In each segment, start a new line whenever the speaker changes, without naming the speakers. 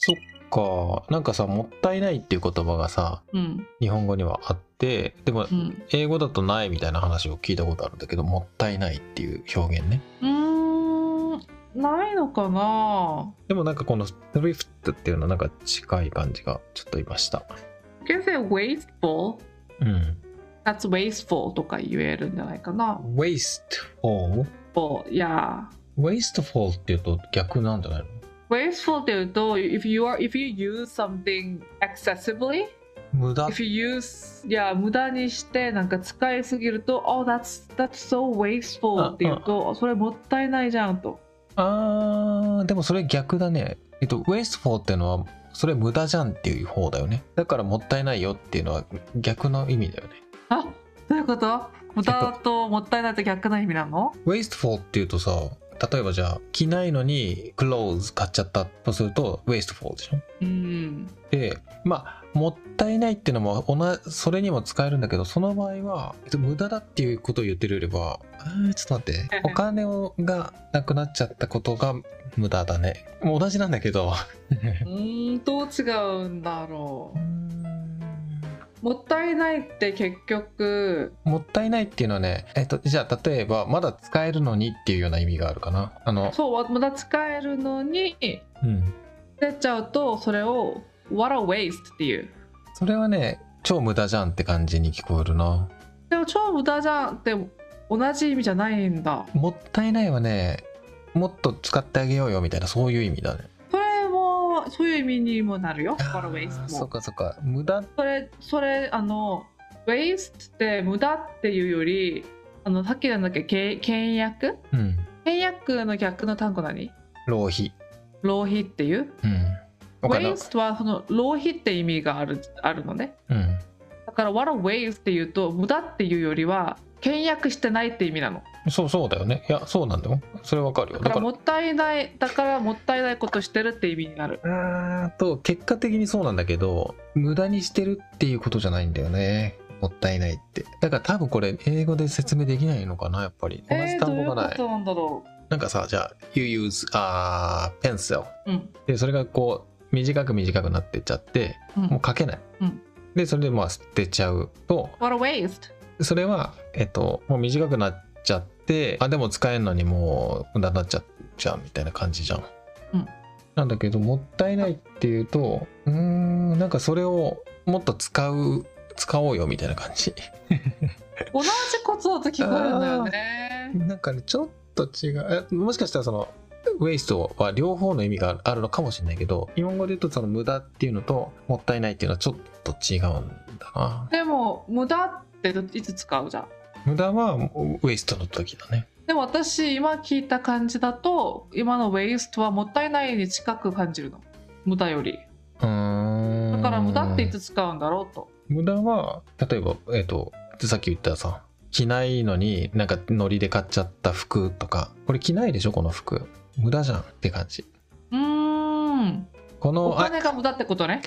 そっかなんかさ「もったいない」っていう言葉がさ
うん
日本語にはあってでも
うん
英語だと「ない」みたいな話を聞いたことあるんだけど「もったいない」っていう表現ね
うーんないのかな
でもなんかこの「ドリフト」っていうのはなんか近い感じがちょっといました
You can say wasteful
うん
That's wasteful とか言えるんじゃないかな
wasteful
Well, yeah
wasteful っていうと逆なんじゃないの
Wasteful って言うと If you are if you use something excessively
無駄
If you use いや無駄にしてなんか使いすぎると Oh that's that's so
あ
wasteful って言うとそれもったいないじゃんと
あーでもそれ逆だねえっと wasteful っていうのはそれ無駄じゃんっていう方だよねだからもったいないよっていうのは逆の意味だよね
あどういうこと無駄ともったいないと逆の意味なの
wasteful っていうとさ例えばじゃあ着ないのに clothes 買っちゃったとすると wasteful でしょ
うん
でまあもったいないっていうのも同じそれにも使えるんだけどその場合はえっと無駄だっていうことを言ってるよりはあーちょっと待ってお金をがなくなっちゃったことが無駄だねもう同じなんだけど
うーんどう違うんだろ
うーん
うもったいないって結局
もったいないっていうのはね、えっと、じゃあ例えばまだ使えるのにっていうような意味があるかなあの
そう無駄使えるのに
うん
出ちゃうとそれを What a waste っていう
それはね超無駄じゃんって感じに聞こえるな
でも超無駄じゃんって同じ意味じゃないんだ
もったいないはねもっと使ってあげようよみたいなそういう意味だね
それもそういう意味にもなるよ What a
あー
waste
そ
も
うかそうか無駄
それそれあの waste って無駄っていうよりあのさっきなんだっけけ倹約
うん
倹約の逆の単語何
浪費
浪費っていう
うんお金を
waste はその浪費って意味があるあるのね
うん
だから what a waste っていうと無駄っていうよりは倹約してないって意味なの
そうそうだよねいやそうなんだよそれわかるよ
だからもったいないだからもったいないことしてるって意味になる
うーんと結果的にそうなんだけど無駄にしてるっていうことじゃないんだよねもったいないってだから多分これ英語で説明できないのかなやっぱり同
え
じ
ー、ど
単
うい
語
う
が
こ
ない,、
となんだろ
なんかさじゃあ「you use a pencil
ううん」
でそれがこう短く短くなってっちゃって
うん
もう書けない、
うん
でそれでまあ捨てちゃうと
what a waste
それはえっともう短くなっちゃってあでも使えるのにもう無駄になっちゃうじゃんみたいな感じじゃん。
うん
なんだけどもったいないっていうとうーんなんかそれをもっと使う使おうよみたいな感じ。
同じことだと聞こえるんだよね
なんかねちょっと違うえもしかしたらそのウェイストは両方の意味があるのかもしれないけど日本語で言うとその無駄っていうのともったいないっていうのはちょっと違うんだな。
でも無駄っていつ使うじゃん
無駄はウェイストの時だね。
でも私今聞いた感じだと今の waste はもったいないに近く感じるの無駄より
うーん
だから無駄っていつ使うんだろうと
無駄は例えばえっ、とさっき言ったさ着ないのになんかノリで買っちゃった服とかこれ着ないでしょこの服無駄じゃんって感じ
うーん
こ
お
のあ
金が無駄ってことね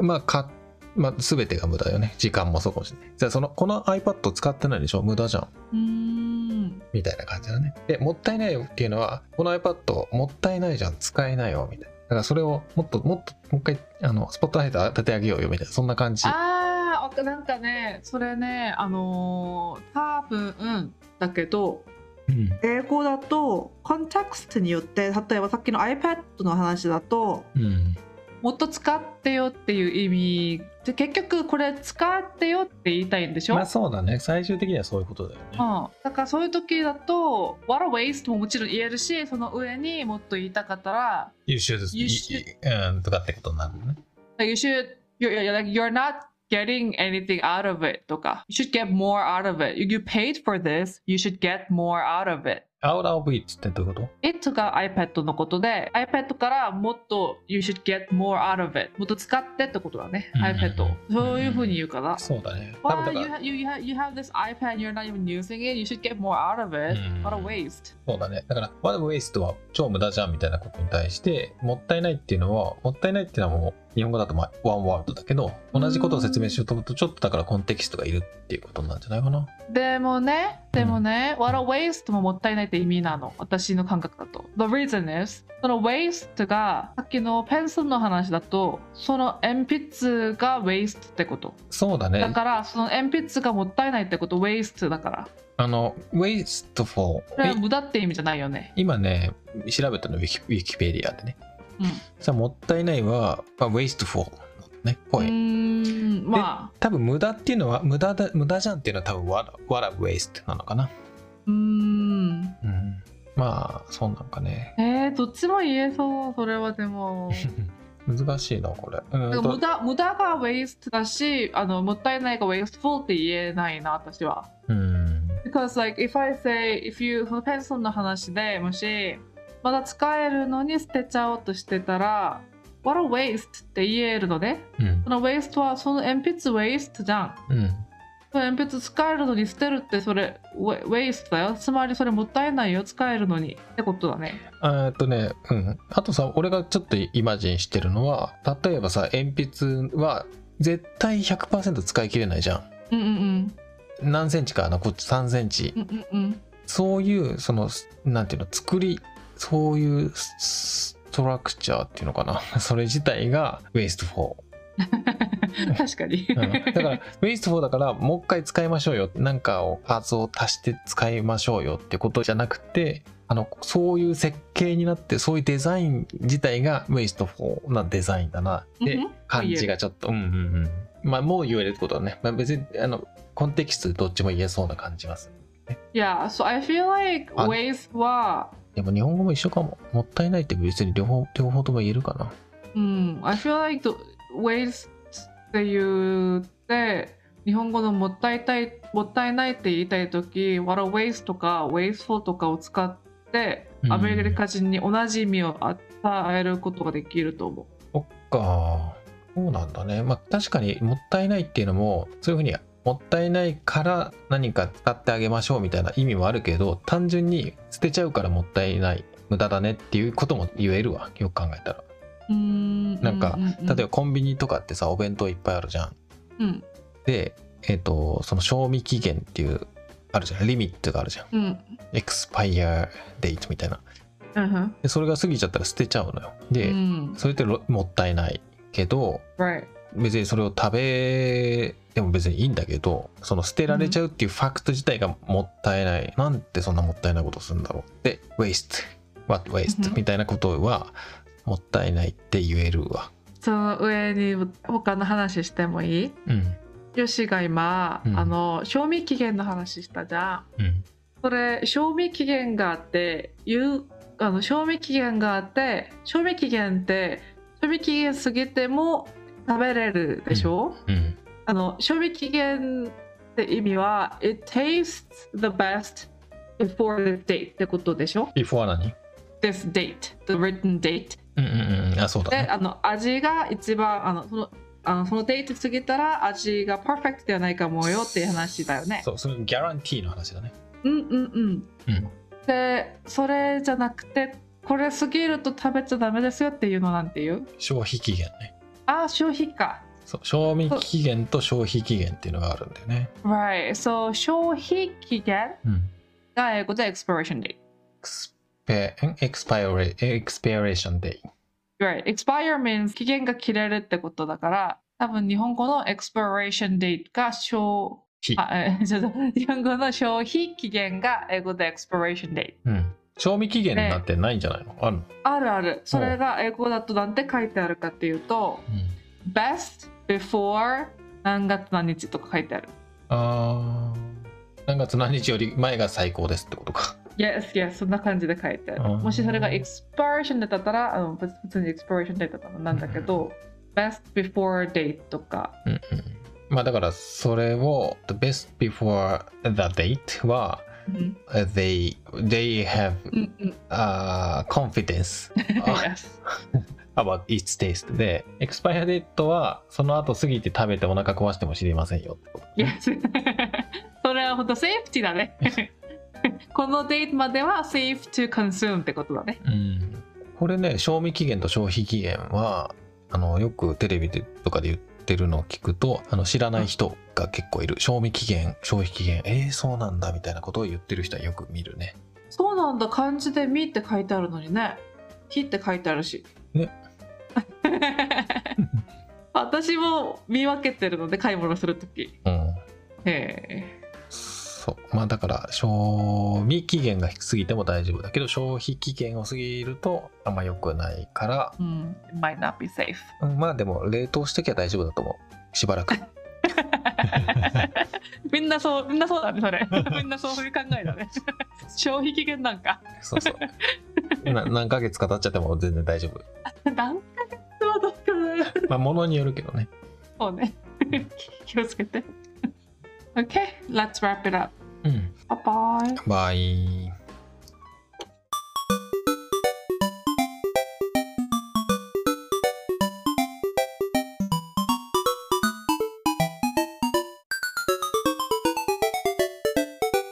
まあか、まあ、全てが無駄よね時間もそうかもしれないじゃあそのこの iPad 使ってないでしょ無駄じゃん
うーん
みたいな感じだねでもったいないよっていうのはこの iPad もったいないじゃん使えないよみたいなだからそれをもっともっともう一回あのスポットライト当ててあげようよみたいなそんな感じ
あーわかなんかねそれねあのー多分うんだけど
うん
英語だとコンテクストによって例えばさっきの iPad の話だと
うん
もっと使ってよっていう意味で結局これ使ってよって言いたいんでしょ、
まあそうだね最終的にはそういうことだよね
うん、だからそういう時だと「What a waste」ももちろん言えるしその上にもっと言いたかったら
優秀です。
You should-
うん、とかってことになるのね。
「You should you're, you're, like, you're not getting anything out of it」とか「You should get more out of it」「You paid for this you should get more out of it
out of it ってどういうこと」
It が iPad のことで iPad からもっと「You should get more out of it」もっと使ってってことだね
うん
iPad を
うん
そういうふうに言うから
そうだね。多分
Wow,
だか
you,
ら、
ha- you, you, have, you have this iPad, you're not even using it, you should get more out of it.
うん
What a waste.
そうだね。だから、what a waste は超無駄じゃんみたいなことに対して、もったいないっていうのは、もったいないっていうのはもう日本語だとまあワンワードだけど同じことを説明しようと思うとちょっとだからコンテキストがいるっていうことなんじゃないかな
でもね、でもね、what a waste ももったいないって意味なの。私の感覚だと。The reason is その waste がさっきのペンスの話だとその鉛筆が waste ってこと。
そうだ
だ
ね
からその鉛筆がもったいないってこと waste だから。
あの wasteful
これは無駄って意味じゃないよね。
今ね調べたのウィキウィキペディアでね、
うん
さあもったいないは、まあ、wasteful ね
う
ぽい、
ーん、まあ、
多分無駄っていうのは無駄だ無駄じゃんっていうのは多分 what a- what a waste なのかな
うーん。
うんまあそうなんかね
えー、どっちも言えそう、それはで も。
難しいな これう
だか
ー
ら
んと
無駄無駄が waste だしあの、もったいないが wasteful って言えないな、私は。
うん、
Because like if I say if you そのペンソンの話でもしまだ使えるのに捨てちゃおうとしてたら What a waste って言えるのね
うん
その waste はその鉛筆 waste じゃん
うん
その鉛筆使えるのに捨てるってそれ wa- waste だよつまりそれもったいないよ使えるのにってことだね
えーっとね、うん。あとさ、俺がちょっとイマジンしてるのは、例えばさ、鉛筆は絶対100%使い切れないじゃ
うんうん
ん。何センチか残っち3センチ
う。んうんうんうん
そういう、その、すなんていうの、作り、そういうススストラクチャーっていうのかな。 それ自体が wasteful。
確かに、
うん、だから、wasteful だから、もう一回使いましょうよ。なんかを、パーツを足して使いましょうよってことじゃなくて、あの、そういう設計になって、そういうデザイン自体が wasteful なデザインだなっ
う
て
んうん
感じがちょっと、うんうんうん。まあ、もう言えるってことだね。まあ、別に、あの、コンテキストでどっちも言えそうな感じがする。
Yeah so I feel like
あ
waste は
でも日本語も一緒かも。もったいないって別に両方、両方とも言えるかな。
うん、I feel like the waste って言って日本語のもったいたいもったいないって言いたい時 What a waste とか wasteful とかを使って
うん
アメリカ人に同じ意味を与えることができると思
そっか。そうなんだね。まあ確かにもったいないっていうのも、そういうふうにもったいないから何か使ってあげましょうみたいな意味もあるけど、単純に捨てちゃうからもったいない、無駄だねっていうことも言えるわ。よく考えたら。
う。うん
なんか
うううん
例えばコンビニとかってさ、お弁当いっぱいあるじゃん。
うん
で、えっ、と、その賞味期限っていう、あるじゃん。リミットがあるじゃん。
うん
エクスパイアデイトみたいな。
うん
で、それが過ぎちゃったら捨てちゃうのよ。
う
で、
ん
それってろもったいないけど、
right
別にそれを食べても別にいいんだけどその捨てられちゃうっていうファクト自体がもったいない、なんてそんなもったいないことするんだろうで waste what
うん
waste みたいなことはもったいないって言えるわ
その上に他の話してもいい
うん
ヨシが今、
うん
あの賞味期限の話したじゃん
うん
それ賞味期限があって言うあの賞味期限があって賞味期限って賞味期限過ぎても食べれるでしょ、
うん
あの賞味期限って意味は It tastes the best before the date ってことでしょ
before 何
This date, the written date
うんうんうんあそうだ
で
ね
あの味が一番あのそのあのそのデート過ぎたら味がパーフェクトではないかもよっていう話だよね
そうそれギャランティーの話だね
うんうんうん
うん
でそれじゃなくてこれ過ぎると食べちゃダメですよっていうのなんていう
消費期限ね
ああ消費か
そう賞味期限と消費期限っていうのがあるんだよね
Right so 消費期限
うん
が英語で expiration date
エクスペエクスパイオレエクスペレーションデイ
Right expire means 期限が切れるってことだから多分日本語の expiration date が消
日
あえちょっと日本語の消費期限が英語で expiration date
うん。賞味期限なんてないんじゃないの、あるの、
あるあるそれが英語だとなんて書いてあるかっていうと best before 何月何日とか書いてある
あー何月何日より前が最高ですってことか。
Yes, yes, そんな感じで書いてある。
あー
もしそれが expiration だったら、あの別普通に expiration date だったらなんだけど、best before date とか。
うんうん、まあだからそれを The best before the date は
うん、
uh, They, they have
うん、うん。
uh, confidence
yes.
about its taste で Expire date はその後過ぎて食べてお腹壊しても知りませんよってこと。
yes. それは本当セーフティーだね。 この date までは safe to consume ってことだね。
うん、これね賞味期限と消費期限はあのよくテレビでとかで言ってるのを聞くとあの知らない人が結構いる賞味期限消費期限えー、そうなんだみたいなことを言ってる人はよく見るね
そうなんだ漢字で「み」って書いてあるのにね「ひ」って書いてあるし
ね
私も見分けてるので買い物する時
うん
へ
そうまあだから賞味期限が低すぎても大丈夫だけど消費期限を過ぎるとあんま良くないから
えうん It might not be safe
うんまあでも冷凍しときゃ大丈夫だと思うしばらく
みんなそうみんなそうだねそ れみんなそういう考えだ ね消費期限なんか
そうそうな何ヶ月か経っちゃっても全然大丈夫
何ヶ月はどうかな
まあ物によるけどね
そうね 気をつけて OK let's wrap it up
うん
bye bye
バイ